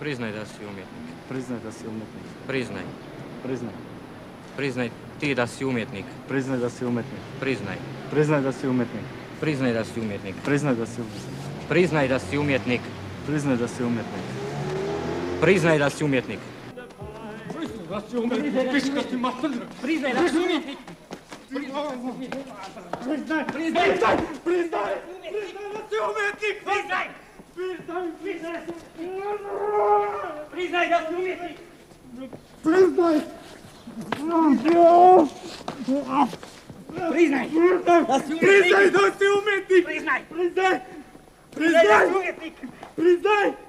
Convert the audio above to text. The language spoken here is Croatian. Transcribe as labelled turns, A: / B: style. A: Priznaj da si umjetnik.
B: Priznaj
A: Priznaj da
B: da si umjetnik.
A: si umjetnik.
B: Priznaj.
A: Priznaj.
B: Priznaj ti da si umjetnik.
A: Priznaj da si umjetnik.
B: Priznaj.
A: Priznaj da si umjetnik.
B: Priznaj da si umjetnik.
A: Priznaj da si umjetnik.
B: Priznaj da si umjetnik.
A: Priznaj da si umjetnik.
B: Priznaj da si umjetnik.
C: Da si umjetnik, piška ti mater!
B: Priznaj da si umjetnik.
C: Priznaj! Priznaj! Priznaj! Priznaj! Priznaj da si umjetnik! Priznaj! Priznaj! Priznaj!
B: Priznaj da si umjetnik.
C: Priznaj!
B: Priznaj.
C: Priznaj da si umjetnik!
B: Priznaj.
C: Priznaj! Priznaj! Priznaj!